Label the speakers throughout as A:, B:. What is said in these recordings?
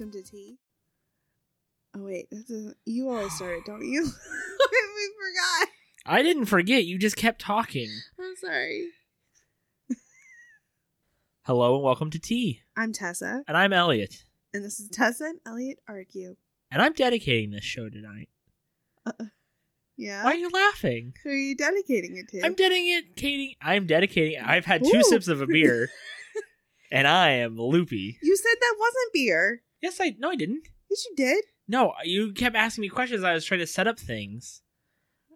A: entity. Oh wait, that doesn't. You always start it, don't you? we forgot.
B: I didn't forget. You just kept talking.
A: I'm sorry.
B: Hello and welcome to Tea.
A: I'm Tessa,
B: And I'm Elliot.
A: and this is Tessa and Elliot argue.
B: And I'm dedicating this show tonight.
A: Yeah.
B: Why
A: Uh,
B: are you laughing?
A: Who are you dedicating it to?
B: I'm dedicating. I'm dedicating. I've had two
A: Ooh.
B: sips of a beer, and I am loopy.
A: you said that wasn't beer.
B: Yes, I. No, I didn't.
A: Yes, you did.
B: No, you kept asking me questions. I was trying to set up things,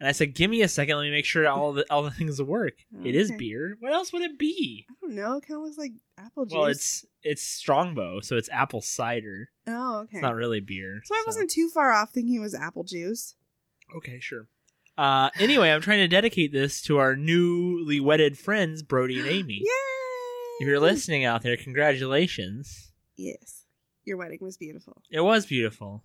B: and I said, "Give me a second. Let me make sure all the all the things work." It is
A: Okay.
B: beer. What else would it be?
A: I don't know. It kind of looks like apple juice.
B: Well, it's it's Strongbow, so it's apple cider.
A: oh okay.
B: It's not really beer.
A: so I wasn't too far off thinking it was apple juice.
B: Okay, sure. Uh, anyway, I'm trying to dedicate this to our newly wedded friends, Brody and Amy.
A: Yay!
B: If you're listening out there, congratulations.
A: Yes. Your wedding was beautiful.
B: It was beautiful.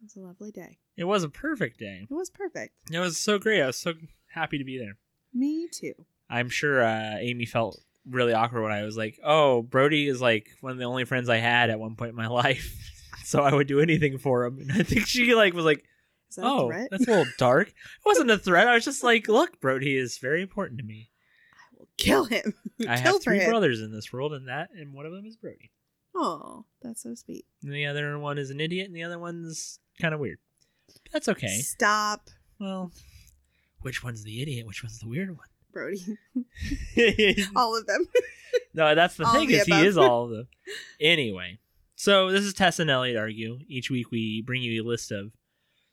A: It was a lovely day.
B: It was a perfect day.
A: It was perfect.
B: It was so great. I was so happy to be there.
A: Me too.
B: I'm sure uh, Amy felt really awkward when I was like, "Oh, Brody is like one of the only friends I had at one point in my life, so I would do anything for him." And I think she like was like,
A: Is that a
B: "Oh,
A: threat?
B: that's a little dark." It wasn't a threat. I was just like, "Look, Brody is very important to me.
A: Kill him.
B: I
A: Kill
B: have
A: for
B: three
A: him.
B: brothers in this world, and that and one of them is Brody.
A: Oh, that's so sweet.
B: And the other one is an idiot, and the other one's kind of weird. That's okay.
A: Stop,
B: Well, which one's the idiot? Which one's the weird
A: Brody.
B: one?"
A: All of them.
B: No, that's the
A: All
B: thing
A: the
B: is he
A: above.
B: is all of them. Anyway, so this is Tess and Elliot argue. Each week we bring you a list of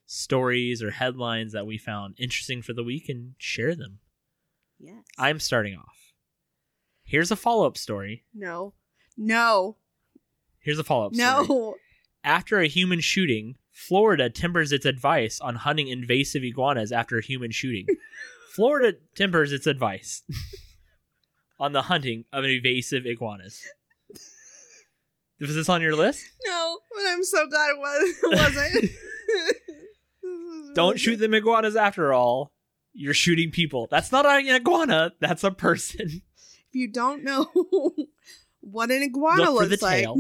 B: stories or headlines that we found interesting for the week and share them.
A: Yes.
B: I'm starting off. Here's a follow up story.
A: no. No.
B: Here's a follow up
A: No.
B: story. After a human shooting, Florida timbers its advice on hunting invasive iguanas after a human shooting. Florida timbers its advice on the hunting of invasive iguanas. Was this on your list?
A: No. But I'm so glad it was it wasn't.
B: Don't shoot them iguanas after all. You're shooting people. That's not an iguana. That's a person.
A: If you don't know what an iguana
B: Look for the
A: looks like.
B: tail.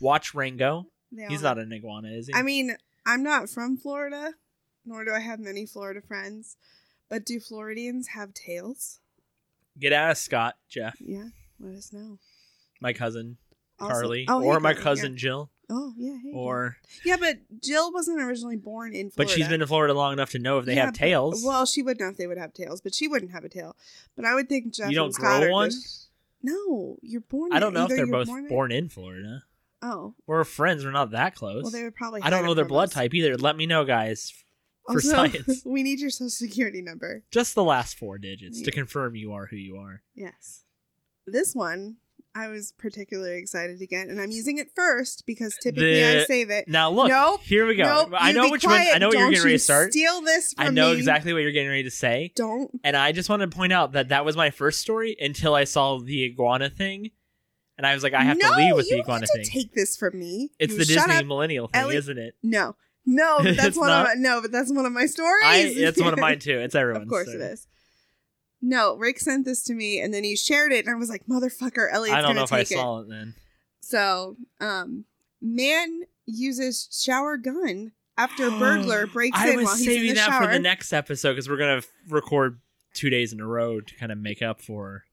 B: Watch Rango.
A: They
B: He's
A: all-
B: not an iguana, is he?
A: I mean, I'm not from Florida, nor do I have many Florida friends. But do Floridians have tails?
B: get out of Scott, Jeff,
A: Yeah, let us know.
B: my cousin
A: Also-
B: Carly,
A: oh, hey,
B: or my
A: Carly, yeah.
B: cousin Jill,
A: Oh yeah, hey,
B: or
A: yeah, but Jill wasn't originally born in Florida.
B: but she's been in Florida long enough to know if they
A: Yeah,
B: have
A: but-
B: tails.
A: Well, she would know if they would have tails, but she wouldn't have a tail. But I would think Jeff
B: you
A: and
B: don't
A: Scott
B: grow
A: are
B: one.
A: just- no, you're born.
B: I don't know if
A: either
B: they're
A: you're
B: both
A: born.
B: born,
A: in-
B: in Florida.
A: Oh,
B: We're friends. We're not that close.
A: well, they would probably.
B: I don't
A: hide
B: know
A: it
B: their
A: from
B: blood
A: us.
B: type either. Let me know, guys. for
A: Also,
B: science.
A: we need your social security number.
B: Just the last four digits to
A: Yeah.
B: confirm you are who you are.
A: Yes. This one I was particularly excited to get, and I'm using it first because typically I
B: The-
A: save it.
B: Now look,
A: Nope,
B: here we go.
A: Nope,
B: I
A: you
B: know
A: be
B: which
A: quiet.
B: one. I know what you're
A: Don't
B: getting ready
A: you
B: to start.
A: Steal this from
B: I know
A: me.
B: exactly what you're getting ready to say,
A: Don't.
B: and I just want to point out that that was my first story until I saw the iguana thing, and I was like, I have
A: no,
B: to leave
A: you
B: with the
A: don't
B: iguana
A: get
B: thing.
A: To take this from me.
B: it's
A: You
B: the
A: shut
B: Disney
A: Up.
B: millennial thing,
A: Ellie-
B: isn't it?
A: No, no, but that's
B: It's
A: one of
B: not.
A: my, no, but that's one of my stories.
B: I, that's one of mine too. It's everyone's.
A: of course
B: so.
A: it is. No, Rick sent this to me, and then he shared it, and I was like, "Motherfucker, Elliot's
B: I don't
A: gonna
B: know if I
A: take it."
B: saw it then.
A: So, um, man uses shower gun after burglar breaks
B: Um, I
A: in
B: was
A: while he's
B: saving
A: in the
B: that
A: shower.
B: for the next episode because we're gonna f- record two days in a row to kind of make up for.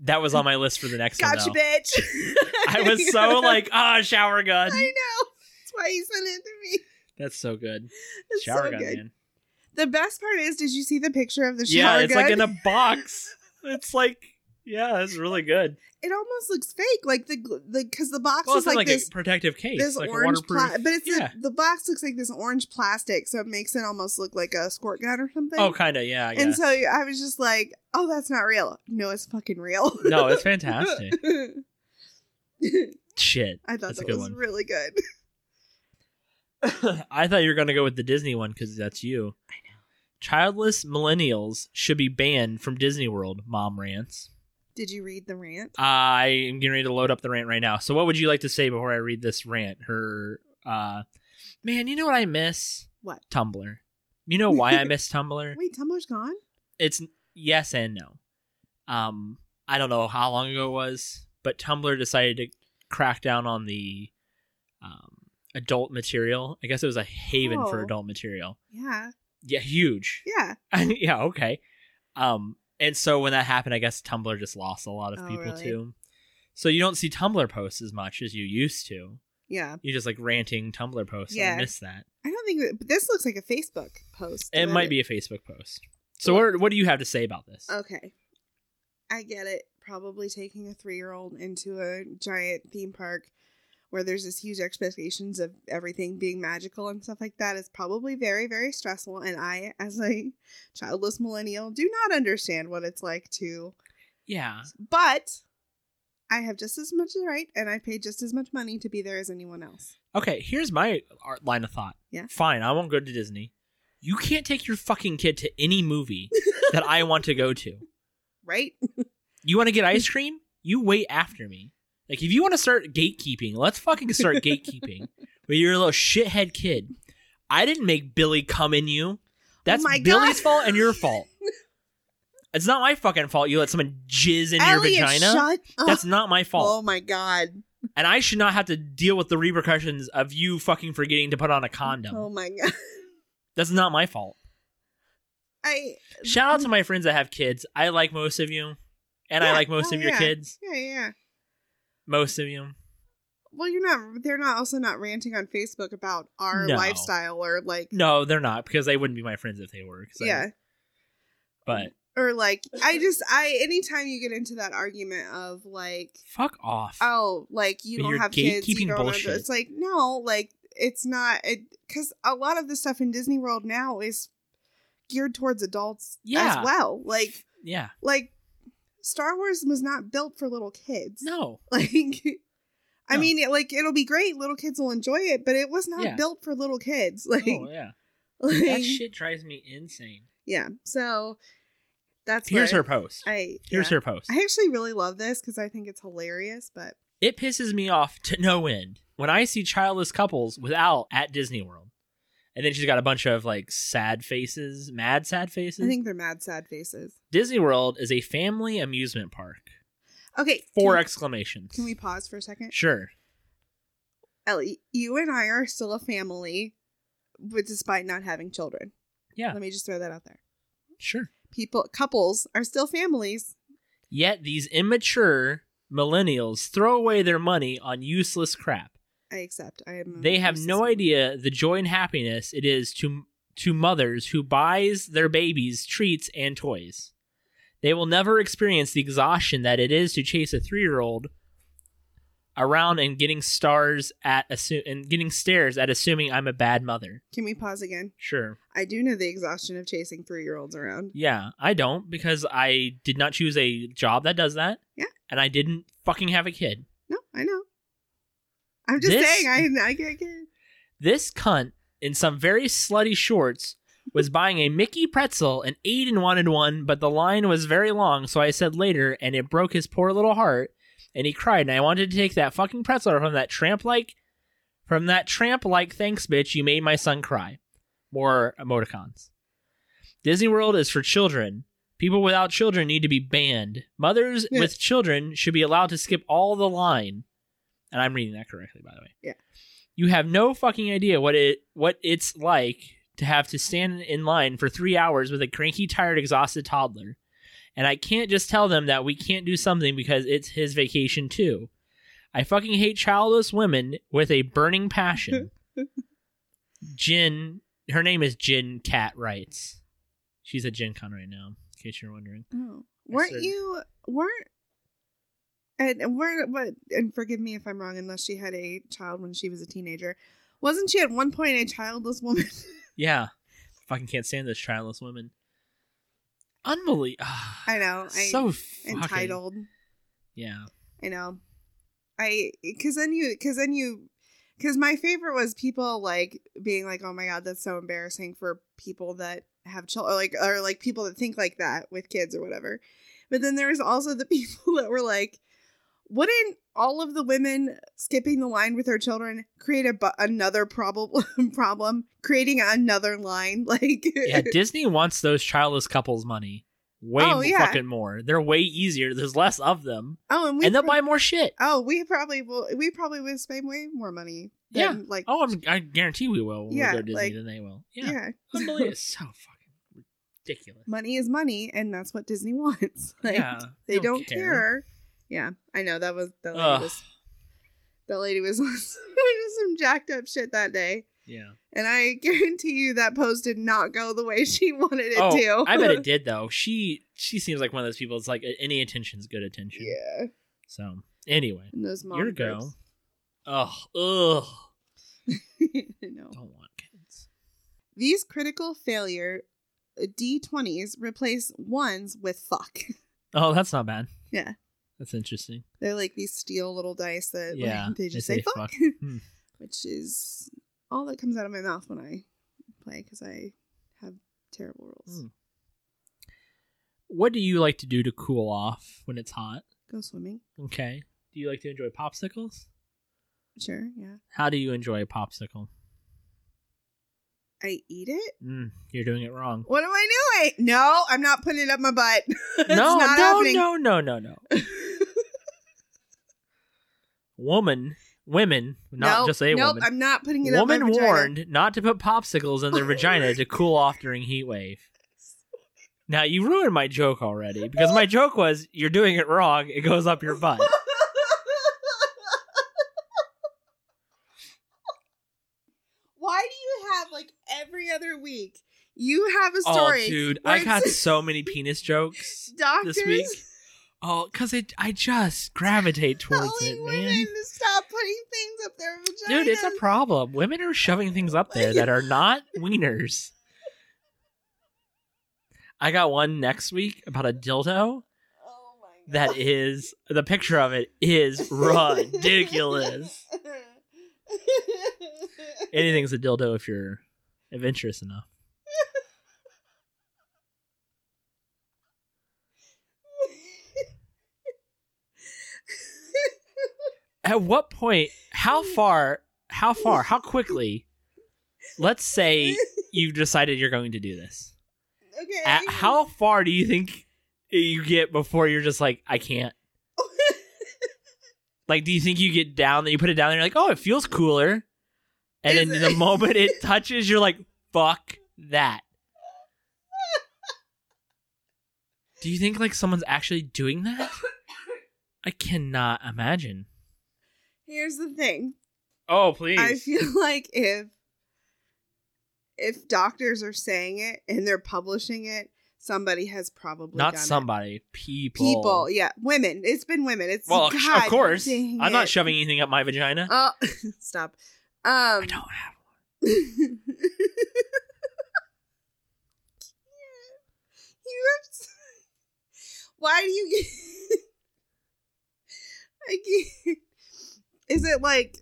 B: That was on my list for the next
A: gotcha,
B: one. though.
A: bitch.
B: I was so like, ah, shower gun.
A: I know. That's why he sent it to me.
B: That's so good.
A: It's
B: shower
A: so
B: gun,
A: good.
B: man.
A: The best part is, did you see the picture of the shower
B: yeah, it's
A: gun?
B: like in a box. It's like, yeah, it's really good.
A: it almost looks fake, like the gl- the because the box
B: Well,
A: is
B: it's like,
A: like, this
B: a protective case,
A: this
B: like a
A: orange
B: waterproof.
A: plastic, but it's
B: yeah.
A: the, the box looks like this orange plastic, so it makes it almost look like a squirt gun or something.
B: oh, kind of, yeah. I
A: and
B: guess.
A: so I was just like, oh, that's not real. No, it's fucking real.
B: no, it's fantastic. Shit,
A: I thought
B: That's a
A: that
B: good
A: was
B: one.
A: really good.
B: I thought you were gonna go with the Disney one because that's you. I know. Childless millennials should be banned from Disney World. Mom rants.
A: Did you read the rant?
B: I am getting ready to load up the rant right now. So, what would you like to say before I read this rant? Her, uh, man, you know what I miss?
A: What?
B: Tumblr. You know why I miss Tumblr?
A: Wait, Tumblr's gone?
B: It's yes and no. Um, I don't know how long ago it was, but Tumblr decided to crackdown on the um, adult material. I guess it was a haven for
A: Oh.
B: adult material.
A: Yeah.
B: Yeah, huge.
A: Yeah.
B: yeah, okay. Um, and so when that happened, I guess Tumblr just lost a lot of
A: Oh,
B: people
A: really?
B: too. So you don't see Tumblr posts as much as you used to.
A: Yeah.
B: You just like ranting Tumblr posts. Yeah.
A: Yeah.
B: I miss that.
A: I don't think that, but this looks like a Facebook post.
B: It
A: but
B: might be a Facebook post. So what, what do you have to say about this?
A: Okay. I get it. Probably taking a three year old into a giant theme park where there's this huge expectations of everything being magical and stuff like that is probably very, very stressful. And I, as a childless millennial, do not understand what it's like to.
B: yeah.
A: But I have just as much right and I paid just as much money to be there as anyone else.
B: Okay, here's my art line of thought.
A: Yeah.
B: Fine, I won't go to Disney. You can't take your fucking kid to any movie that I want to go to.
A: Right?
B: You want to get
A: Mm.
B: ice cream? You wait after me. Like if you want to start gatekeeping, let's fucking start gatekeeping. But you're a little shithead kid. I didn't make Billy come in you. That's
A: my
B: Billy's
A: God.
B: fault and your fault. It's not my fucking fault you let someone jizz in
A: Elliot,
B: your vagina.
A: shut up.
B: That's not my fault.
A: Oh my God.
B: And I should not have to deal with the repercussions of you fucking forgetting to put on a condom.
A: Oh my God.
B: That's not my fault.
A: I.
B: Shout out to my friends that have kids. I like most of you. And I
A: Yeah.
B: like most
A: Oh,
B: of your
A: yeah.
B: kids.
A: Yeah, yeah, yeah.
B: Most of you.
A: Well, you're not. They're not also not ranting on Facebook about our
B: No. Mm,
A: lifestyle or like
B: No, they're not because they wouldn't be my friends if they were. 'cause I-
A: yeah
B: But
A: or like I just I anytime you get into that argument of like
B: fuck off.
A: oh like you
B: But
A: don't
B: you're
A: have kids you
B: gatekeeping
A: don't
B: bullshit.
A: Under, it's like no like it's not because a lot of the stuff in Disney World now is geared towards adults
B: Yeah.
A: as well like
B: yeah.
A: like Star Wars was not built for little kids
B: No.
A: Like, I
B: No.
A: mean, it, like it'll be great. Little kids will enjoy it, but it was not
B: Yeah.
A: built for little kids. Like,
B: Oh, yeah.
A: like,
B: That shit drives me insane.
A: yeah. So that's
B: Here's
A: what
B: her post.
A: I
B: Here's
A: yeah.
B: her post.
A: I actually really love this because I think it's hilarious. But
B: It pisses me off to no end when I see childless couples without at Disney World. And then she's got a bunch of like sad faces, mad sad faces.
A: I think they're mad, sad faces.
B: Disney World is a family amusement park.
A: Okay,
B: Four
A: Can,
B: exclamations.
A: can we pause for a second?
B: Sure.
A: Ellie, you and I are still a family, but despite not having children.
B: Yeah.
A: Let me just throw that out there.
B: Sure.
A: People, couples are still families.
B: Yet these immature millennials throw away their money on useless crap.
A: I accept. I am. a
B: They have no
A: narcissist.
B: idea the joy and happiness it is to to mothers who buys their babies treats and toys. They will never experience the exhaustion that it is to chase a 3-year-old around and getting stars at assu- and getting stares at assuming I'm a bad mother.
A: Can we pause again?
B: Sure.
A: I do know the exhaustion of chasing three year olds around.
B: Yeah, I don't because I did not choose a job that does that.
A: Yeah.
B: And I didn't fucking have a kid.
A: No, I know. I'm just
B: This-
A: saying, I, I get it.
B: This cunt in some very slutty shorts was buying a Mickey pretzel and Aiden wanted one, but the line was very long, so I said later, and it broke his poor little heart, and he cried, and I wanted to take that fucking pretzel from that tramp like from that tramp like thanks bitch, you made my son cry. More emoticons. Disney World is for children. People without children need to be banned. Mothers
A: Yeah.
B: with children should be allowed to skip all the line. And I'm reading that correctly, by the way.
A: Yeah.
B: You have no fucking idea what it what it's like to have to stand in line for three hours with a cranky, tired, exhausted toddler. And I can't just tell them that we can't do something because it's his vacation too. I fucking hate childless women with a burning passion. Jin, her name is Jin Cat writes. She's at Gen Con right now, in case you're wondering.
A: Oh. Weren't
B: said-
A: you, weren't, and and weren't, what, and forgive me if I'm wrong, unless she had a child when she was a teenager. Wasn't she at one point a childless woman?
B: Yeah, fucking can't stand this childless women. Unbelievable.
A: I know. I,
B: so fucking,
A: entitled.
B: Yeah,
A: I know. I because then you because then you because my favorite was people like being like, oh my god, that's so embarrassing for people that have children, or like or like people that think like that with kids or whatever. But then there was also the people that were like, wouldn't all of the women skipping the line with their children create a bu- another problem problem creating another line like
B: yeah. Disney wants those childless couples' money way
A: Oh,
B: mo-
A: yeah.
B: fucking more. They're way easier. There's less of them,
A: Oh, and we
B: and they'll
A: prob-
B: buy more shit.
A: Oh, we probably will. We probably would spend way more money. Than, Like.
B: Oh, I'm, I guarantee we will. When
A: Yeah,
B: we go to Disney,
A: like-
B: then they will. Yeah,
A: yeah.
B: unbelievable. It's so fucking ridiculous.
A: money is money, and that's what Disney wants. Like
B: yeah,
A: they don't, care. Yeah, I know that was that lady
B: Ugh.
A: was that lady was on some- was some jacked up shit that day.
B: Yeah,
A: And I guarantee you that pose did not go the way she wanted it
B: Oh,
A: to.
B: I bet it did though. She she seems like one of those people. It's like any attention's good attention.
A: Yeah.
B: So anyway,
A: And those mom
B: your go. Ugh, ugh.
A: groups. I know.
B: Don't want kids.
A: These critical failure D20s replace ones with fuck.
B: Oh, that's not bad.
A: Yeah.
B: that's interesting.
A: They're like these steel little dice that like,
B: Yeah,
A: they just
B: they
A: say
B: say
A: fuck.
B: fuck. Hmm.
A: Which is all that comes out of my mouth when I play because I have terrible rules.
B: Hmm. What do you like to do to cool off when it's hot?
A: Go swimming.
B: Okay. Do you like to enjoy popsicles?
A: Sure, yeah.
B: How do you enjoy a popsicle?
A: I eat it.
B: Mm, you're doing it wrong.
A: What am I doing? No, I'm not putting it up my butt. it's
B: no,
A: not
B: no,
A: happening.
B: no, no, no, no. Woman, women, not
A: Nope,
B: just a
A: nope,
B: woman.
A: I'm not putting it up my
B: woman
A: vagina.
B: warned not to put popsicles in their vagina to cool off during heat wave. Now you ruined my joke already because my joke was you're doing it wrong. It goes up your butt.
A: Why do you have like every other week? You have a
B: Oh,
A: story.
B: dude,
A: where
B: I got
A: it's-
B: so many penis jokes.
A: doctors
B: this week. Oh, because I, I just gravitate towards it,
A: telling women
B: man.
A: to stop putting things up their vagina.
B: Dude, it's a problem. Women are shoving things up there that are not wieners. I got one next week about a
A: Oh my
B: dildo
A: god.
B: that is the picture of it is ridiculous. Anything's a dildo if you're adventurous enough. At what point? How far? How far? How quickly? Let's say you've decided you're going to do this.
A: okay.
B: At how far do you think you get before you're just like, I can't? Like, do you think you get down that you put it down there? You're like, oh, it feels cooler,
A: Is
B: and then
A: it-
B: the moment it touches, you're like, fuck that. do you think like someone's actually doing that? I cannot imagine.
A: Here's the thing.
B: Oh please!
A: I feel like if if doctors are saying it and they're publishing it, somebody has probably
B: Not
A: done it.
B: somebody, people.
A: people, yeah, women. It's been women. It's
B: Well,
A: God
B: of course,
A: dang
B: I'm not
A: it.
B: shoving anything up my vagina.
A: Oh, stop. Um,
B: I don't have.
A: you have. s- Why do you get? I can't. Is it like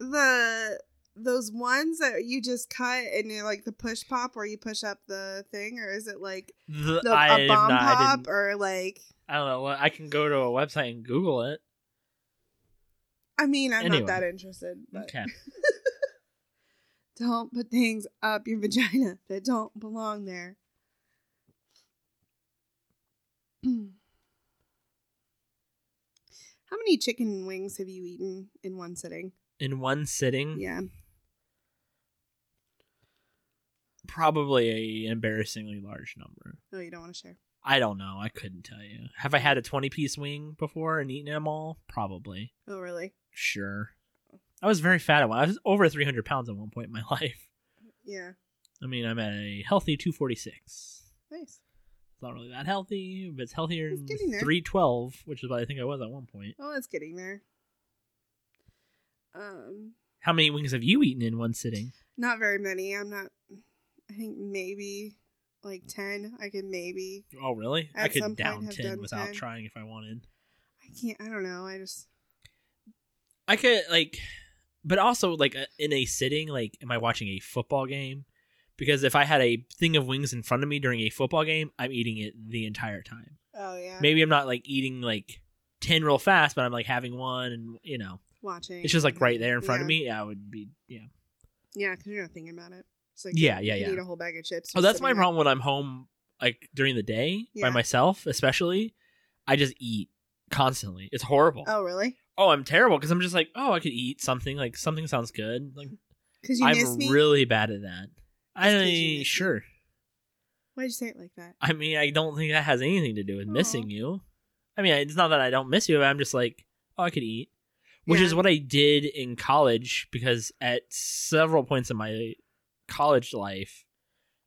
A: the those ones that you just cut and you're like the push pop where you push up the thing, or is it like
B: The,
A: the, a
B: I am
A: bomb
B: not- I didn't-
A: pop, or like?
B: I don't know. well, I can go to a website and Google it.
A: I mean, I'm
B: Anyway.
A: not that interested. But
B: Okay.
A: Don't put things up your vagina that don't belong there. How many chicken wings have you eaten in one sitting?
B: In one sitting,
A: Yeah.
B: probably a embarrassingly large number.
A: Oh, you don't want to share.
B: I don't know. I couldn't tell you. Have I had a 20 piece wing before and eaten them all? Probably.
A: Oh, really?
B: Sure. I was very fat at one. I was over 300 pounds at one point in my life.
A: Yeah.
B: I mean, I'm at a healthy 246. It's
A: Nice.
B: not really that healthy, but it's healthier
A: It's
B: than
A: getting there.
B: 312, which is what I think I was at one point.
A: Oh, it's getting there. Um,
B: How many wings have you eaten in one sitting?
A: not very many. I'm not. I think maybe like ten. I could maybe.
B: Oh, really? I
A: At some
B: could
A: point
B: down
A: have
B: 10
A: done
B: without
A: 10.
B: trying if I wanted.
A: I can't. I don't know. I just.
B: I could like, but also like uh, in a sitting, like, am I watching a football game? Because if I had a thing of wings in front of me during a football game, I'm eating it the entire time.
A: Oh yeah.
B: Maybe I'm not like eating like ten real fast, but I'm like having one, and you know,
A: Watching.
B: it's just like right there in front
A: Yeah.
B: of me. Yeah, I would be yeah.
A: Yeah, because you're not thinking about it. It's like
B: Yeah, yeah,
A: you
B: yeah.
A: Need a whole bag of chips.
B: Oh,
A: just
B: that's
A: sitting
B: my
A: there.
B: problem when I'm home like during the day
A: Yeah.
B: by myself, especially, I just eat constantly. It's horrible. Oh,
A: Oh, really?
B: I'm terrible because I'm just like, oh, I could eat something. Like something sounds good. Like
A: Because you miss
B: I'm
A: me.
B: really bad at that.
A: Just 'cause you
B: I
A: miss me.
B: sure.
A: Why'd you say it like that?
B: I mean, I don't think that has anything to do with
A: Aw.
B: missing you. I mean, it's not that I don't miss you, but I'm just like, oh, I could eat, which
A: Yeah.
B: is what I did in college because at several points in my college life,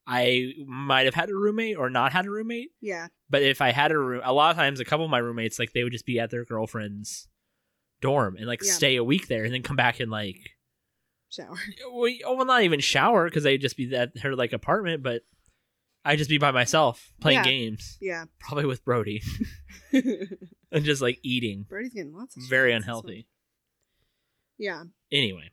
B: I might have had a roommate or not had a roommate.
A: Yeah.
B: But if I had a room, a lot of times, a couple of my roommates, like they would just be at their girlfriend's dorm and like
A: Yeah.
B: stay a week there and then come back and like
A: Shower.
B: well, oh, well, not even shower because I'd just be at her like apartment, but I'd just be by myself playing
A: Yeah.
B: games,
A: Yeah.
B: probably with Brody, and just like eating.
A: Brody's getting lots of shit.
B: Very
A: That's this one.
B: unhealthy.
A: Yeah.
B: Anyway,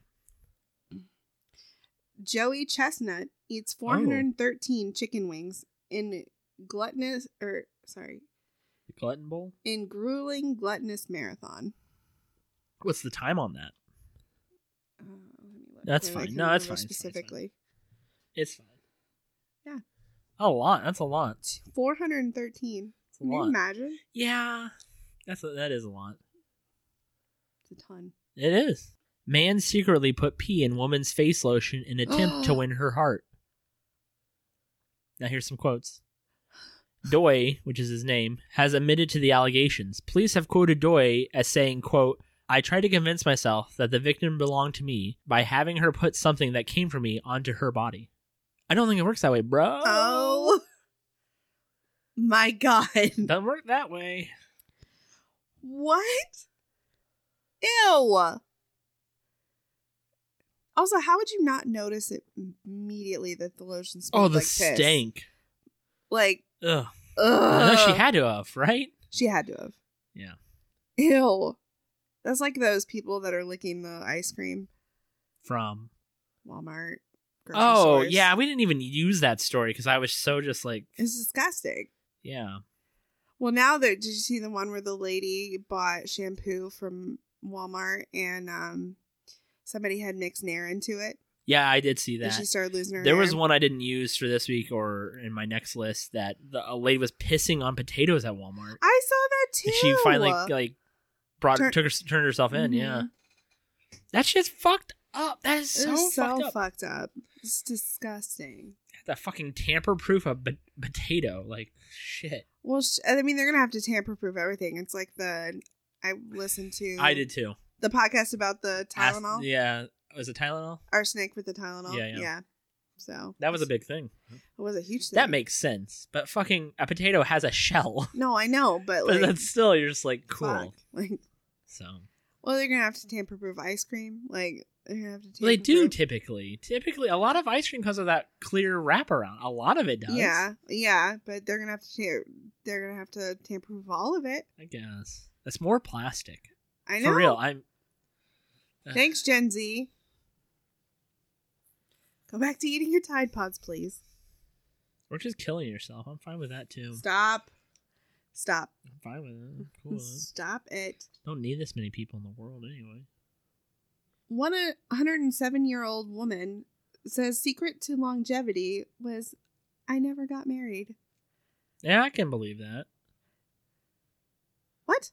A: Joey Chestnut eats
B: Oh.
A: 413 chicken wings in gluttonous or sorry,
B: the glutton bowl.
A: in grueling gluttonous marathon.
B: What's the time on that?
A: Uh, let me look
B: That's
A: because I
B: fine.
A: can't
B: No, that's
A: remember
B: fine. It's fine, it's fine.
A: Specifically,
B: It's fine.
A: Yeah.
B: A lot. That's a lot. It's
A: 413.
B: a
A: Can you
B: lot.
A: imagine?
B: Yeah. That's a, that is a lot.
A: It's a ton.
B: It is. Man secretly put pee in woman's face lotion in attempt to win her heart. Now here's some quotes. Doy, which is his name, has admitted to the allegations. Police have quoted Doy as saying, quote, I tried to convince myself that the victim belonged to me by having her put something that came from me onto her body. I don't think it works that way, bro.
A: Oh my god!
B: Doesn't work that way.
A: What? Ew. Also, how would you not notice it immediately that the lotion smelled
B: Oh, the
A: like piss?
B: stank.
A: Like,
B: Ugh. I know
A: ugh.
B: she had to have, right?
A: She had to have.
B: Yeah.
A: Ew. That's like those people that are licking the ice cream.
B: From
A: Walmart. grocery
B: Oh
A: stores.
B: yeah, we didn't even use that story because I was so just like,
A: It's disgusting.
B: yeah,
A: Well, now that did you see the one where the lady bought shampoo from Walmart and um somebody had mixed nair into it
B: yeah, I did see
A: and
B: that.
A: she started losing her.
B: There was
A: hair?
B: one I didn't use for this week or in my next list that the, a lady was pissing on potatoes at Walmart,
A: I saw that too.
B: and she finally like brought
A: Turn-
B: took her, turned herself in. Yeah, that shit's fucked up. That is
A: so,
B: so,
A: so
B: fucked up.
A: It's disgusting.
B: That fucking tamper proof of b- potato, like shit.
A: Well, sh- I mean, they're gonna have to tamper proof everything. It's like the I listened to
B: I did too.
A: the podcast about the
B: Ask-
A: Tylenol
B: yeah, was it Tylenol?
A: arsenic with the Tylenol.
B: Yeah, yeah.
A: So
B: That was a big thing.
A: It was a huge thing.
B: That makes sense, but fucking a potato has a shell.
A: no, I know, but
B: But
A: like
B: that's still you're just like cool.
A: fuck. Like,
B: So
A: well, they're gonna have to tamper proof ice cream. Like they're gonna have to. Tamper
B: well, they do
A: proof-
B: typically. Typically, a lot of ice cream comes with that clear wraparound. A lot of it does.
A: Yeah, yeah, but they're gonna have to. ta- They're gonna have to tamper proof all of it.
B: I guess that's more plastic.
A: I know.
B: For real, I'm.
A: Thanks, Gen Z. Go back to eating your Tide Pods, please.
B: We're just killing yourself. I'm fine with that too.
A: Stop. Stop.
B: I'm fine with it. I'm cool with it.
A: Stop it.
B: Don't need this many people in the world anyway.
A: One 107 year old woman says secret to longevity was I never got married.
B: Yeah, I can believe that.
A: What?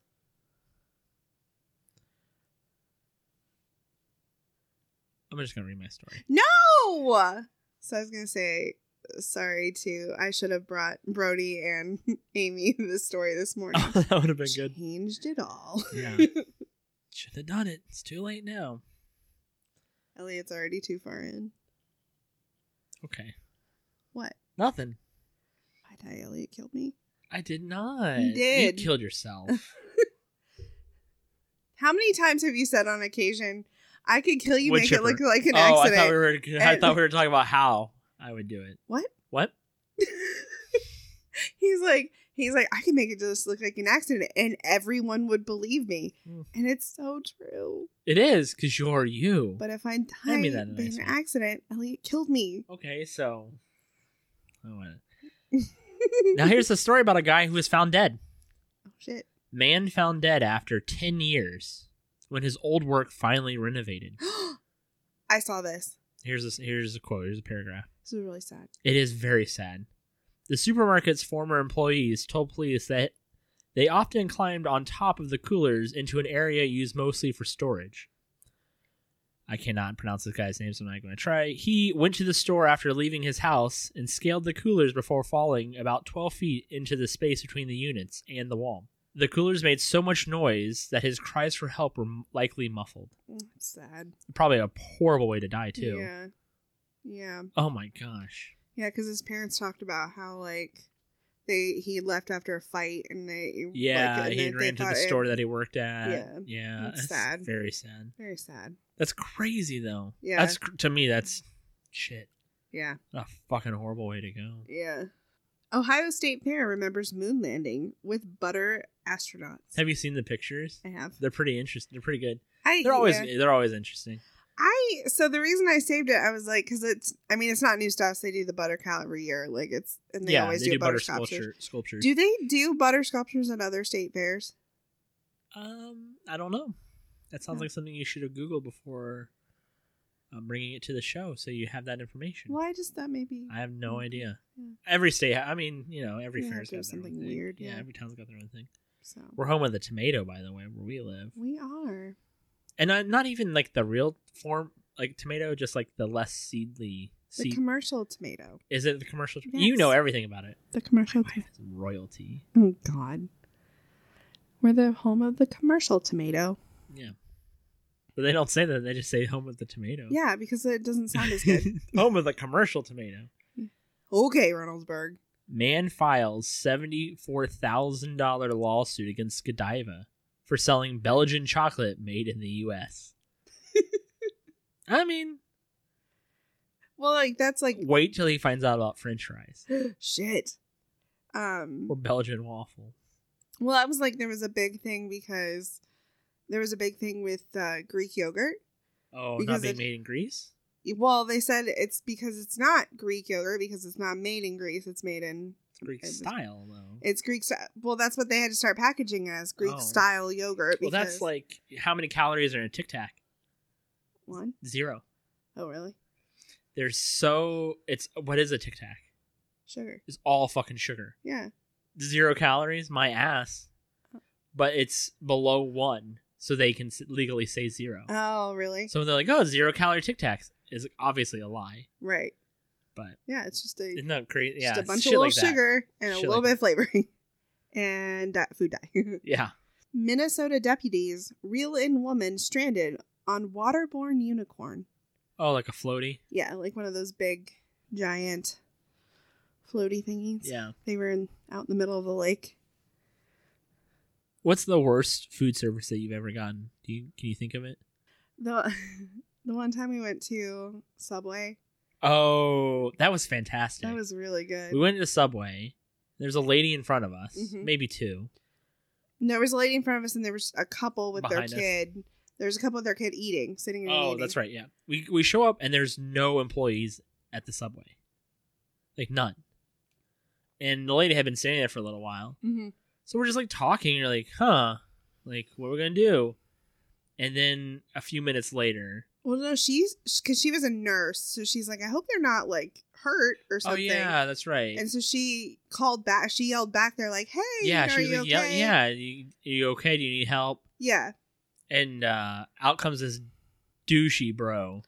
B: I'm just gonna read my story.
A: No! So I was going to say sorry to, I should have brought Brody and Amy this story this morning.
B: Oh, that would have been good.
A: Changed it all.
B: Yeah. Should have done it. It's too late now.
A: Elliot's already too far in.
B: Okay.
A: What?
B: Nothing.
A: Why did I Elliot killed me?
B: I did not.
A: You did.
B: You killed yourself.
A: How many times have you said on occasion, I could kill you,
B: Wood
A: make
B: chipper.
A: it look like an
B: oh,
A: accident?
B: I thought we were. I
A: And-
B: thought we were talking about how I would do it.
A: What?
B: What?
A: he's like he's like i can make it just look like an accident and everyone would believe me
B: Mm.
A: and it's so true
B: It is because you're you.
A: but if i died
B: Hand me
A: in
B: that
A: an
B: nice one.
A: accident elliot killed me
B: okay, so. Oh, wait. now here's the story about a guy who was found dead.
A: oh shit
B: Man found dead after ten years when his old work finally renovated.
A: i saw this
B: Here's a, here's a quote. Here's a paragraph.
A: this is really sad
B: It is very sad. The supermarket's former employees told police that they often climbed on top of the coolers into an area used mostly for storage. I cannot pronounce this guy's name, so I'm not going to try. He went to the store after leaving his house and scaled the coolers before falling about 12 feet into the space between the units and the wall. The coolers made so much noise that his cries for help were likely muffled.
A: Mm, It's sad.
B: Probably a horrible way to die, too.
A: Yeah. Yeah.
B: Oh my gosh.
A: Yeah, because his parents talked about how like they he left after a fight and they
B: Yeah,
A: like, and
B: he
A: then they
B: ran to the
A: thought it-
B: store that he worked at.
A: Yeah.
B: yeah,
A: That's
B: that's
A: sad.
B: Very sad.
A: Very sad.
B: That's crazy though.
A: Yeah.
B: that's cr- to me that's shit.
A: Yeah,
B: A fucking horrible way to go.
A: yeah. Ohio State Fair remembers moon landing with butter astronauts.
B: Have you seen the pictures?
A: I have.
B: They're pretty interesting. They're pretty good.
A: I,
B: They're always
A: yeah.
B: they're always interesting.
A: I so the reason I saved it, I was like, because it's. I mean, it's not new stuff. So they do the butter cow every year. Like it's, and they
B: yeah,
A: always
B: they do, butter
A: sculptures.
B: sculpture, sculptures.
A: Do they do butter sculptures at other state fairs?
B: um, I don't know. That sounds
A: Hmm.
B: like something you should have googled before um, bringing it to the show, so you have that information.
A: Why just that maybe?
B: I have no idea.
A: Hmm.
B: Every state, I mean, you know, every
A: Yeah,
B: fair's got
A: there's
B: their own
A: something
B: thing.
A: weird,
B: Yeah,
A: yeah.
B: every town's got their own thing.
A: So
B: We're home of the tomato, by the way, where we live,
A: we are.
B: and I, not even like the real form, like tomato, just like the less seedly
A: The
B: seed.
A: commercial tomato.
B: Is it the commercial? You
A: Yes.
B: know everything about it.
A: The commercial tomato.
B: It's royalty.
A: Oh God. We're the home of the commercial tomato.
B: But they don't say that. They just say home of the tomato.
A: Yeah, because it doesn't sound as good.
B: home of the commercial tomato.
A: okay, Reynoldsburg.
B: Man files seventy-four thousand dollar lawsuit against Godiva for selling Belgian chocolate made in the U.S. I mean,
A: Well, like that's like
B: wait till he finds out about French fries
A: shit. Um.
B: or Belgian waffle.
A: Well, I was like, there was a big thing because there was a big thing with uh, Greek yogurt.
B: Oh,
A: Because
B: not being
A: it-
B: made in Greece.
A: Well, they said it's because it's not Greek yogurt because it's not made in Greece. It's made in
B: It's Greek
A: it was-
B: style, though.
A: it's Greek style. Well, that's what they had to start packaging as Greek
B: Oh.
A: style yogurt.
B: Well, that's
A: because-
B: like how many calories are in a Tic Tac?
A: one.
B: Zero.
A: Oh, really?
B: There's so it's what is a Tic Tac?
A: Sugar.
B: It's all fucking sugar.
A: Yeah.
B: zero calories, my ass, but it's below one, so they can s- legally say zero.
A: Oh, really?
B: So they're like, "Oh, zero calorie Tic Tacs" is obviously a lie,
A: right.
B: but
A: Yeah, it's just a
B: isn't that crazy? Yeah,
A: just a
B: it's
A: bunch of
B: shit
A: little
B: like that.
A: sugar and a
B: Shit
A: little
B: like
A: bit of flavoring, and uh, food dye.
B: Yeah,
A: Minnesota deputies reel in woman stranded on waterborne unicorn.
B: oh, like a floaty.
A: Yeah, like one of those big, giant, floaty thingies.
B: Yeah.
A: They were in, out in the middle of the lake.
B: What's the worst food service that you've ever gotten? Do you can you think of it?
A: The, the one time we went to Subway,
B: Oh, that was fantastic.
A: that was really good.
B: we went to Subway. There's a lady in front of us,
A: Mhm.
B: maybe two.
A: there was a lady in front of us, and there was a couple with
B: Behind us.
A: their kid. There was a couple with their kid eating, sitting. And
B: Oh,
A: eating.
B: that's right. Yeah, we we show up and there's no employees at the subway, like none. And the lady had been standing there for a little while,
A: Mm-hmm.
B: so we're just like talking. And you're like, huh, like what are we gonna do? And then a few minutes later,
A: Well, no, she's because she was a nurse, so she's like, I hope they're not like hurt or
B: oh
A: something.
B: yeah, that's right.
A: And so she called back. She yelled back. They're like, "Hey,
B: yeah,
A: you know,
B: she was
A: are you
B: like,
A: okay?
B: yeah, yeah, you, you okay? Do you need help?
A: yeah."
B: And uh out comes this douchey bro,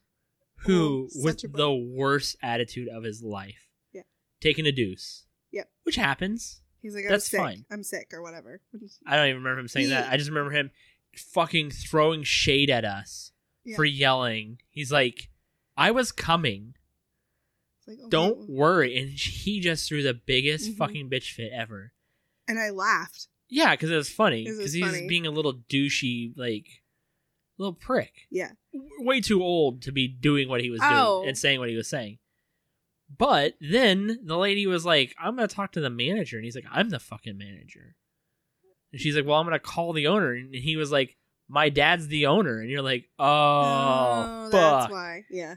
B: who
A: Oh, such
B: with
A: a bro.
B: the worst attitude of his life,
A: Yeah.
B: taking a deuce.
A: Yep.
B: which happens.
A: He's like, "I'm
B: That's
A: sick.
B: fine.
A: I'm sick or whatever."
B: I don't even remember him saying
A: He-
B: that. I just remember him fucking throwing shade at us
A: Yeah.
B: for yelling. He's like, I was coming.
A: It's like, oh,
B: Don't
A: wait.
B: worry. And he just threw the biggest
A: Mhm.
B: fucking bitch fit ever.
A: And I laughed.
B: Yeah, because it was funny.
A: 'Cause it
B: Because
A: was
B: he was
A: funny.
B: being a little douchey, like, little prick.
A: Yeah.
B: W- Way too old to be doing what he was
A: Oh.
B: doing and saying what he was saying. But then the lady was like, I'm going to talk to the manager. And he's like, I'm the fucking manager. And she's like, Well, I'm going to call the owner. And he was like, My dad's the owner. And you're like, Oh,
A: that's
B: fuck.
A: why. Yeah.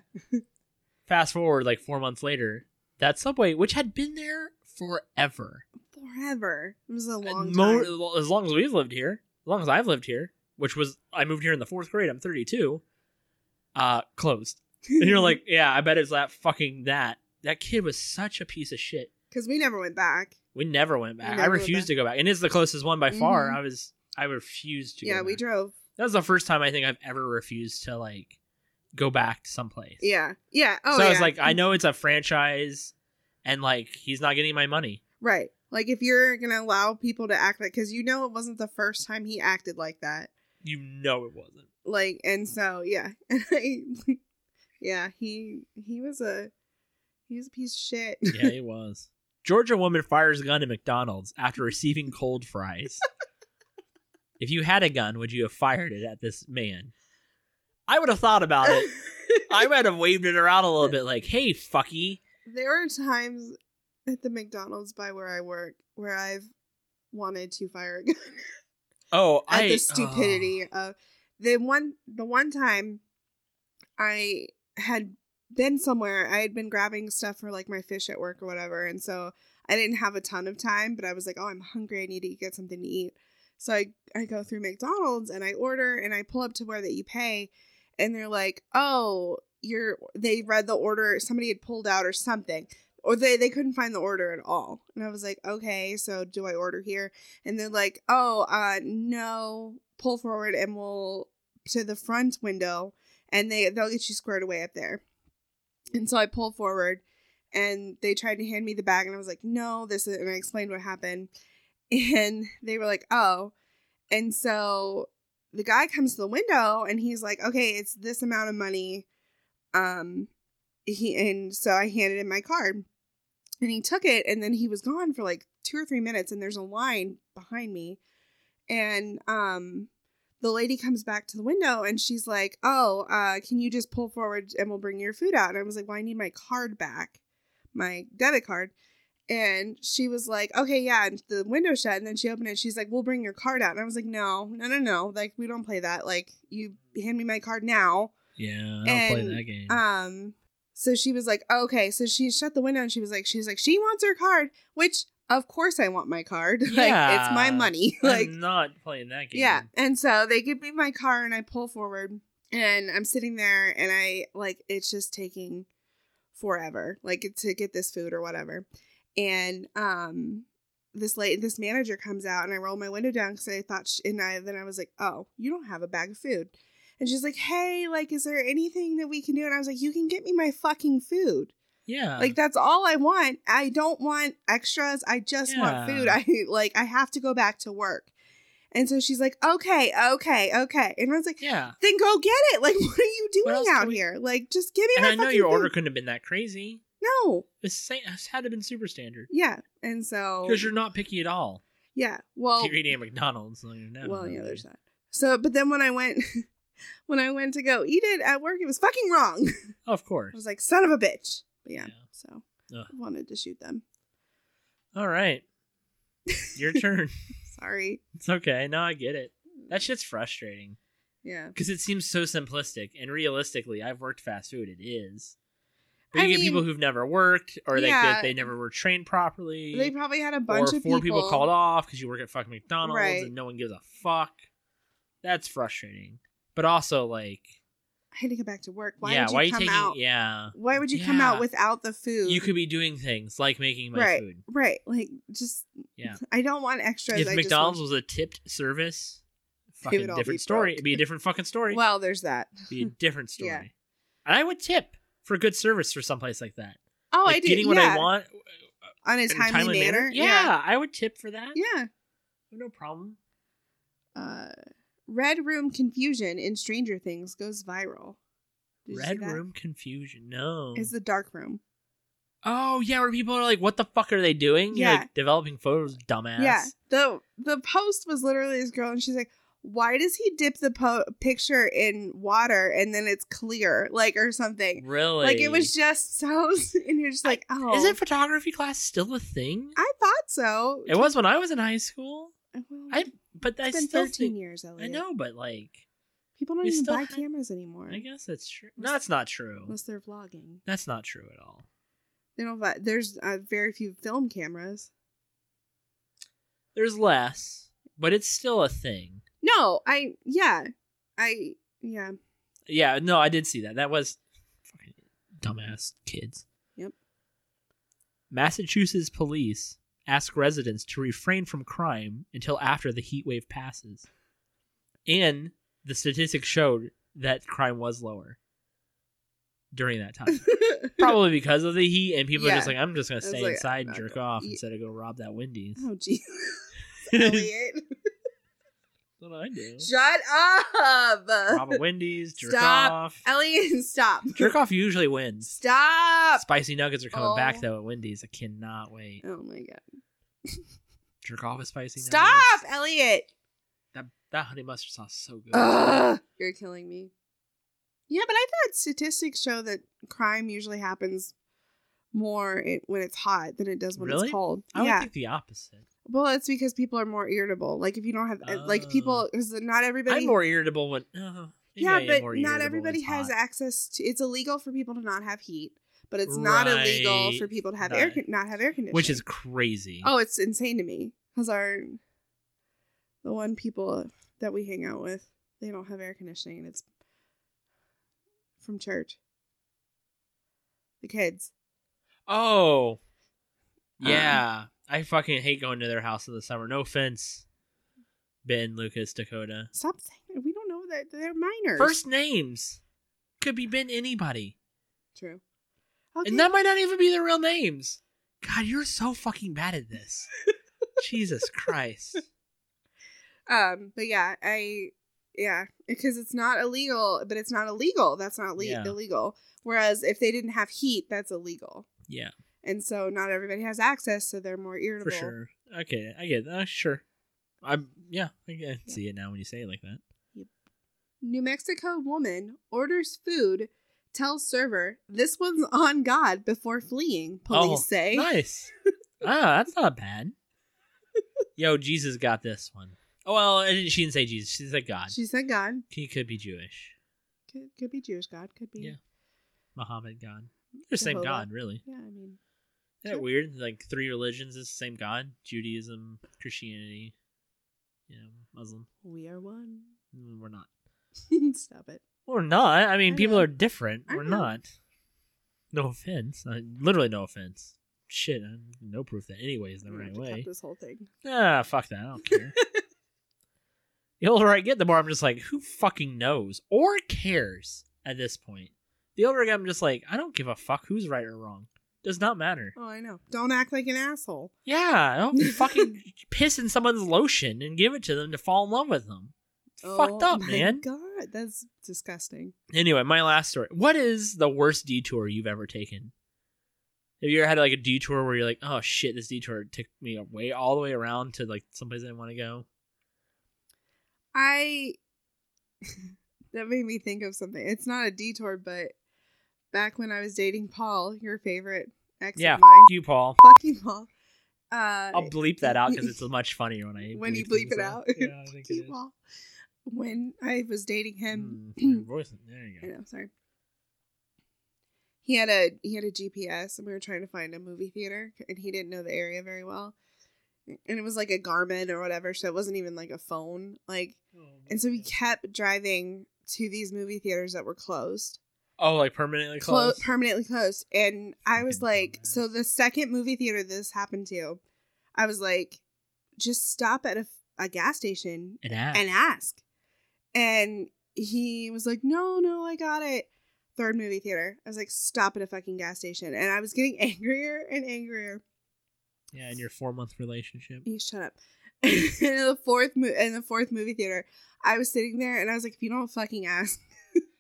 B: Fast forward like four months later, that subway, which had been there forever,
A: Forever. It was a long
B: and mo-
A: time.
B: as long as we've lived here, as long as I've lived here, which was I moved here in the fourth grade. I'm 32. Uh, closed. And you're like, yeah, I bet it's that fucking that. That kid was such a piece of shit.
A: because we never went back.
B: We never went back. I
A: never went
B: refused
A: back.
B: to go back, and it's the closest one by far.
A: Mhm.
B: I was I refused to.
A: yeah,
B: go
A: we
B: back.
A: drove.
B: That was the first time I think I've ever refused to like go back to someplace.
A: Yeah, yeah. Oh,
B: so
A: yeah.
B: I was like, I know it's a franchise, and like he's not getting my money.
A: right. Like if you're gonna allow people to act like, because you know it wasn't the first time he acted like that.
B: You know it wasn't.
A: Like, and so yeah, and I, yeah, he he was a he was a piece of shit.
B: Yeah, it was. Georgia woman fires gun at McDonald's after receiving cold fries. if you had a gun, would you have fired it at this man? I would have thought about it. I might have waved it around a little bit, like, "Hey, fucky."
A: There are times at the McDonald's by where I work where I've wanted to fire a gun
B: Oh,
A: at
B: I
A: the stupidity of the one the one time I had been somewhere, I had been grabbing stuff for like my fish at work or whatever, and so I didn't have a ton of time, but I was like, Oh, I'm hungry, I need to get something to eat. So I, I go through McDonald's and I order and I pull up to where that you pay and they're like, Oh, you're they read the order somebody had pulled out or something. Or they, they couldn't find the order at all. And I was like, Okay, so do I order here? and they're like, "Oh, uh, no, pull forward, and we'll to the front window, and they they'll get you squared away up there." And so I pull forward, and they tried to hand me the bag, and I was like, "No, this," is, and I explained what happened, and they were like, "Oh," and so the guy comes to the window, and he's like, "Okay, it's this amount of money," um, he and so I handed him my card and he took it and then he was gone for like two or three minutes and there's a line behind me and um the lady comes back to the window and she's like oh uh can you just pull forward and we'll bring your food out and i was like well i need my card back my debit card and she was like okay yeah and the window shut and then she opened it she's like we'll bring your card out and i was like no no no no like we don't play that like you hand me my card now
B: Yeah, I don't play
A: And,
B: that game.
A: um, so she was like, "Oh, okay. So she shut the window and she was like, she's like, she wants her card, which of course I want my card. like it's my
B: Yeah.
A: money. like
B: I'm not playing that game.
A: yeah. And so they give me my car and I pull forward and I'm sitting there and I like it's just taking forever like to get this food or whatever. And um this late this manager comes out and I roll my window down cuz I thought sh and I then I was like, "Oh, you don't have a bag of food." And she's like, "Hey, like is there anything that we can do?" And I was like, "You can get me my fucking food."
B: yeah.
A: Like that's all I want. I don't want extras. I just want
B: Yeah.
A: food. I like I have to go back to work. And so she's like, "Okay, okay, okay." And I was like,
B: yeah.
A: "Then go get it. Like what are you
B: What
A: doing
B: else can
A: out
B: we-
A: here? Like just give me
B: And
A: my
B: I know
A: fucking
B: your
A: food."
B: order couldn't have been that crazy.
A: No.
B: It's it had to have been super standard
A: Yeah. And so
B: because you're not picky at all.
A: yeah. Well,
B: you're eating at McDonald's. So you're never
A: Oh. well, yeah,
B: really-
A: there's that. So, but then when I went when I went to go eat it at work, it was fucking wrong.
B: Of
A: I
B: course.
A: was like, "Son of a bitch." But yeah.
B: Yeah.
A: So,
B: Ugh.
A: I wanted to shoot them.
B: All right, your turn.
A: Sorry.
B: it's okay. No, I get it. That shit's frustrating
A: Yeah.
B: because it seems so simplistic. And realistically, I've worked fast food. It is.
A: I
B: But you get
A: mean-
B: people who've never worked, or they
A: Yeah.
B: get, they never were trained properly,
A: They probably had a bunch
B: or
A: of
B: four people, called off because you work at fucking McDonald's
A: Right.
B: and no one gives a fuck. That's frustrating. But also, like,
A: I had to go back to work. Why
B: yeah,
A: would you
B: why are you
A: come
B: taking?
A: out?
B: Yeah,
A: Why would you come out
B: Yeah.
A: without the food?
B: you could be doing things like making my
A: right,
B: food.
A: right. Like just
B: Yeah.
A: I don't want extras.
B: If
A: I
B: McDonald's
A: just
B: was a tipped service,
A: They would
B: fucking
A: all
B: different
A: be
B: story.
A: broke.
B: It'd be a different fucking story.
A: want... well, there's that.
B: It'd be a different story.
A: Yeah.
B: And I would tip for good service for someplace like that.
A: Oh,
B: like
A: I do.
B: getting what
A: yeah,
B: I want
A: on a
B: in a
A: timely, manner.
B: Yeah, I would tip for that.
A: yeah.
B: No problem.
A: Yeah. Uh, Red room confusion in Stranger Things goes viral. Did you see
B: Red
A: that?
B: room confusion. No.
A: is the dark room.
B: Oh yeah, where people are like, "What the fuck are they doing?" You're,
A: Yeah.
B: like developing photos, dumbass.
A: Yeah. The the post was literally this girl, and she's like. Why does he dip the po- picture in water and then it's clear, like or something?
B: really.
A: Like it was just so, and you're just like, oh,
B: Isn't photography class still a thing?
A: I thought so.
B: It was when I was in high school,
A: Well,
B: I- but I
A: it's been
B: still
A: 13
B: think
A: years,
B: I
A: Elliot.
B: know, but like,
A: People don't
B: We
A: even
B: still
A: buy
B: have-
A: cameras anymore.
B: I guess that's true. No, that's not true.
A: Unless they're vlogging.
B: That's not true at all.
A: They don't buy, there's uh, very few film cameras.
B: There's less, but it's still a thing.
A: No, I, yeah. I, yeah.
B: Yeah, no, I did see that. That was fucking dumbass kids.
A: Yep.
B: Massachusetts police ask residents to refrain from crime until after the heat wave passes. And the statistics showed that crime was lower during that time. Probably because of the heat, and people are just
A: Yeah.
B: like, I'm just going to
A: It's
B: stay
A: like,
B: inside and
A: I'm not
B: jerk
A: gonna
B: off
A: eat."
B: instead of go rob that Wendy's.
A: oh, Jesus. Elliot.
B: That's what I do.
A: Shut up.
B: Rob a Wendy's, jerk
A: Stop.
B: off.
A: Elliot, stop.
B: jerk off usually wins.
A: Stop.
B: Spicy nuggets are coming back
A: Oh.
B: though at Wendy's. I cannot wait.
A: Oh my god.
B: Jerk off with spicy
A: Stop,
B: nuggets.
A: Elliot.
B: That, that honey mustard sauce is so good.
A: Ugh. You're killing me. Yeah, but I thought statistics show that crime usually happens more it, when it's hot than it does when
B: Really?
A: it's cold.
B: I would
A: yeah.
B: think the opposite.
A: well, that's because people are more irritable. Like if you don't have uh, like
B: Oh.
A: people cuz not everybody
B: I'm more irritable when. Uh,
A: Yeah, but not everybody has access to it's illegal for people to not have heat, but it's not illegal
B: Right.
A: for people to have air
B: Right.
A: con- not have air conditioning.
B: which is crazy.
A: Oh, it's insane to me because our the one people that we hang out with they don't have air conditioning and it's from church. The kids.
B: Oh. Uh-huh. yeah. I fucking hate going to their house in the summer. No offense, Ben, Lucas, Dakota.
A: Stop saying we don't know that they're minors.
B: First names could be Ben anybody,
A: true. Okay.
B: and that might not even be their real names. God, you're so fucking bad at this. Jesus Christ.
A: um, but yeah, I yeah because it's not illegal, but it's not illegal. That's not le-
B: Yeah.
A: illegal. Whereas if they didn't have heat, that's illegal.
B: Yeah,
A: And so not everybody has access, so they're more
B: for
A: irritable.
B: sure. Okay, I get. Uh, sure. I'm. Yeah, I can see it now when you say it like that.
A: New Mexico woman orders food, tells server, this one's on God before fleeing, police
B: Oh,
A: say.
B: Nice. ah, that's not bad. Yo, Jesus got this one. Oh, well, I didn't- she didn't say Jesus. She said God.
A: She said God.
B: He could be Jewish.
A: Could, could be Jewish God. Could be.
B: Yeah. Muhammad God. They're the same
A: Jehovah.
B: God, really.
A: Yeah, I mean,
B: Isn't
A: Sure.
B: that weird? Like three religions is the same God: Judaism, Christianity, you know, Muslim.
A: we are one.
B: Mm, We're not.
A: Stop it.
B: We're not. I mean,
A: I
B: people
A: know.
B: are different.
A: I
B: We're
A: know.
B: not. No offense. Uh, literally, no offense. Shit, uh, no proof that anyway is the
A: I'm gonna
B: right
A: have to cut
B: way.
A: This whole thing.
B: Ah, fuck that. I don't care. the older I get, the more I'm just like, who fucking knows or cares at this point? The older I get, I'm just like, I don't give a fuck who's right or wrong. Does not matter.
A: Oh, I know. Don't act like an asshole.
B: Yeah, I don't fucking piss in someone's lotion and give it to them to fall in love with them. It's Fucked
A: Oh
B: up,
A: my
B: man.
A: God, that's disgusting.
B: Anyway, my last story. What is the worst detour you've ever taken? Have you ever had like a detour where you're like, oh shit, this detour took me way all the way around to like someplace I didn't want to go?
A: I that made me think of something. It's not a detour, but back when I was dating Paul, your favorite ex
B: yeah,
A: of
B: f-
A: mine,
B: you, Paul.
A: fuck you, Paul. Uh, eh,
B: I'll bleep that out because it's much funnier when I
A: when you bleep
B: things
A: it out,
B: Yeah, I think
A: fuck
B: it
A: you,
B: is.
A: Paul. When I was dating him,
B: Mm, your voice- there you
A: I
B: go.
A: know, sorry. He had a he had a GPS, and we were trying to find a movie theater, and he didn't know the area very well. And it was like a Garmin or whatever, so it wasn't even like a phone. Like
B: Oh,
A: And so we kept driving to these movie theaters that were closed,
B: Oh, like permanently
A: Clo-
B: closed.
A: permanently closed. And I was
B: Fucking
A: like,
B: dumbass.
A: so the second movie theater this happened to, I was like, just stop at a, a gas station
B: An ass.
A: and ask. And he was like, no, no, I got it. Third movie theater. I was like, stop at a fucking gas station. And I was getting angrier and angrier.
B: yeah, in your four month relationship.
A: You shut up. and in the fourth mo- in the fourth movie theater, I was sitting there and I was like, if you don't fucking ask.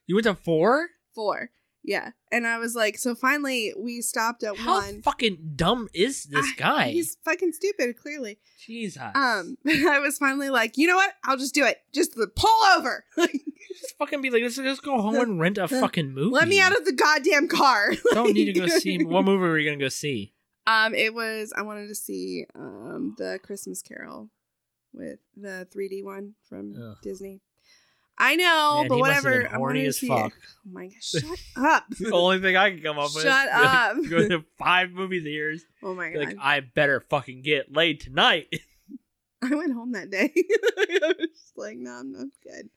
B: You went to four?
A: four. Yeah. And I was like, so finally we stopped at
B: How
A: one.
B: fucking dumb is this
A: Ah,
B: guy?
A: He's fucking stupid, clearly.
B: Jesus.
A: Um, I was finally like, you know what? I'll just do it. Just the pull over. Like,
B: just fucking be like, let's just go home and rent a fucking movie.
A: let me out of the goddamn car.
B: Don't need to go see. What movie were you gonna go see?
A: Um, it was I wanted to see um the Christmas Carol with the 3D one from
B: Ugh.
A: Disney. I know,
B: Man,
A: Oh, but
B: he must have
A: whatever.
B: been
A: I
B: horny
A: wanted to
B: as
A: see
B: fuck.
A: It. Oh my gosh, shut up.
B: The only thing I can come up with.
A: Shut
B: You're like,
A: up.
B: Go to five movie theaters.
A: Oh my
B: You're
A: god.
B: like, I better fucking get laid tonight. uh
A: I went home that day. I was just like, no, I'm not good.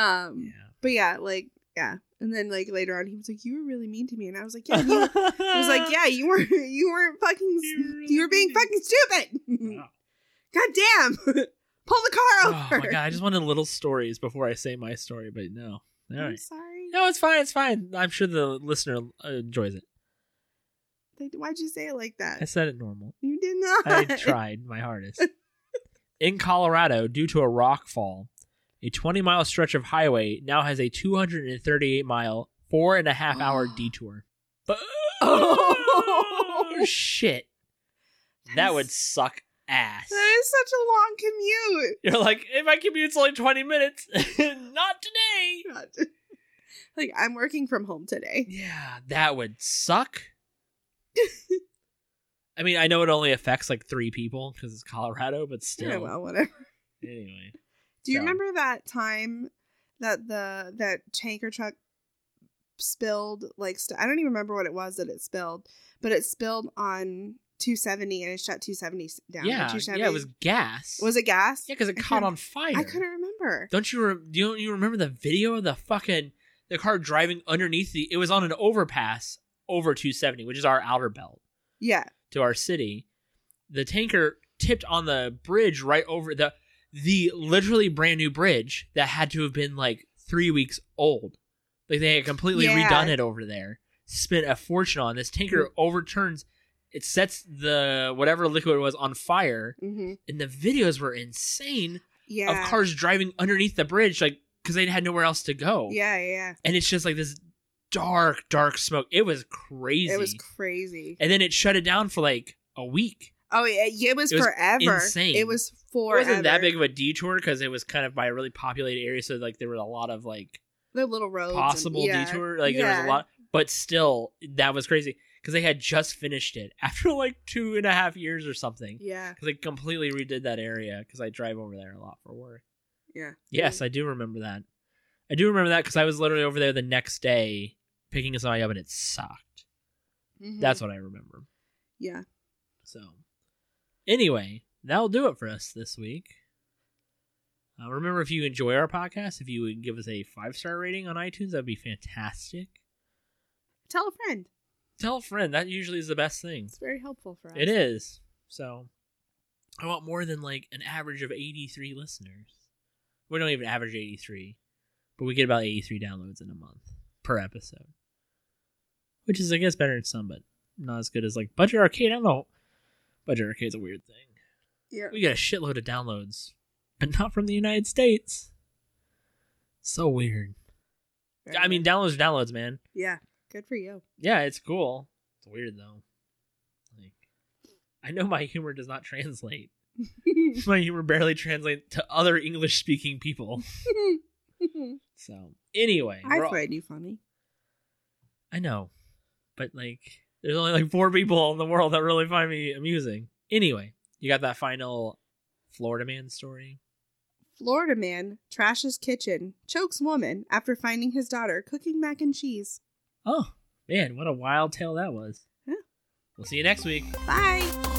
A: Um,
B: yeah.
A: but yeah, like, yeah, And then like later on, he was like, "You were really mean to me," and I was like, "Yeah." and You, I was like, "Yeah, you were you weren't fucking
B: You were really
A: you were being
B: mean."
A: fucking stupid."
B: Wow.
A: God damn! Pull the car
B: Oh
A: over.
B: my god, I just wanted little stories before I say my story, but no.
A: I'm
B: All right.
A: sorry.
B: No, it's fine. It's fine. I'm sure the listener uh, enjoys it.
A: Like, why'd you say it like that?
B: I said it normal.
A: you did not.
B: I tried my hardest. In Colorado, due to a rock fall, a 20 mile stretch of highway now has a 238 mile, four and a half hour detour. But, oh, shit. That would suck ass.
A: That is such a long commute.
B: You're like, if my commute's only 20 minutes, not today.
A: God. like I'm working from home today.
B: Yeah, that would suck. I mean, I know it only affects like three people because it's Colorado, but still.
A: Yeah, well, whatever.
B: Anyway.
A: Do you
B: So-
A: remember that time that the that tanker truck spilled like st- I don't even remember what it was that it spilled, but it spilled on 270 and it shut 270 s- down. or
B: Yeah,
A: 270.
B: yeah, it was gas.
A: was it gas?
B: Yeah, because it
A: I
B: caught
A: couldn't-
B: on fire.
A: I couldn't remember.
B: Don't you re- you don't you remember the video of the fucking the car driving underneath the? It was on an overpass over 270, which is our outer belt
A: Yeah,
B: to our city. The tanker tipped on the bridge right over the the literally brand new bridge that had to have been like three weeks old. Like they had completely
A: Yeah. Mm-hmm.
B: redone it over there. Spent a fortune on this tanker overturns. It sets the whatever liquid it was on fire,
A: hmm
B: and the videos were insane
A: yeah,
B: of cars driving underneath the bridge, like because they had nowhere else to go.
A: yeah, yeah.
B: and it's just like this dark, dark smoke. It was crazy.
A: It was crazy.
B: and then it shut it down for like a week.
A: oh, yeah, it was,
B: It was
A: forever.
B: insane.
A: It was
B: It
A: forever.
B: wasn't that big of a detour because it was kind of by a really populated area, so like there were a lot of like
A: The little roads. and-
B: possible
A: yeah.
B: detour. Like there was
A: Yeah.
B: a lot, but still that was crazy because they had just finished it after like two and a half years or something.
A: Yeah,
B: Because they completely redid that area because I drive over there a lot for work.
A: yeah.
B: Yes, I do remember that. I do remember that because I was literally over there the next day picking somebody up, and it sucked.
A: Mhm.
B: That's what I remember.
A: yeah.
B: So, anyway, that'll do it for us this week. Uh, remember, if you enjoy our podcast, if you would give us a five star rating on iTunes, that'd be fantastic.
A: Tell a friend.
B: Tell a friend. That usually is the best thing.
A: It's very helpful for us.
B: It is. So, I want more than like an average of eighty three listeners. We don't even average eighty three, but we get about eighty three downloads in a month per episode, which is I guess better than some, but not as good as like Budget Arcade. I don't know. Budget Arcade's a weird thing.
A: Yeah.
B: We got a shitload of downloads, but not from the United States. So weird. I mean, downloads, are downloads, man.
A: yeah. Good for you.
B: Yeah, it's cool. It's weird though. Like, I know my humor does not translate. my humor barely translates to other English speaking people. So anyway,
A: I
B: we're all-
A: find you funny.
B: I know, but like, there's only like four people in the world that really find me amusing. Anyway, you got that final Florida man story.
A: Florida man trashes kitchen, chokes woman after finding his daughter cooking mac and cheese.
B: Oh man, what a wild tale that was.
A: Yeah.
B: We'll see you next week.
A: Bye.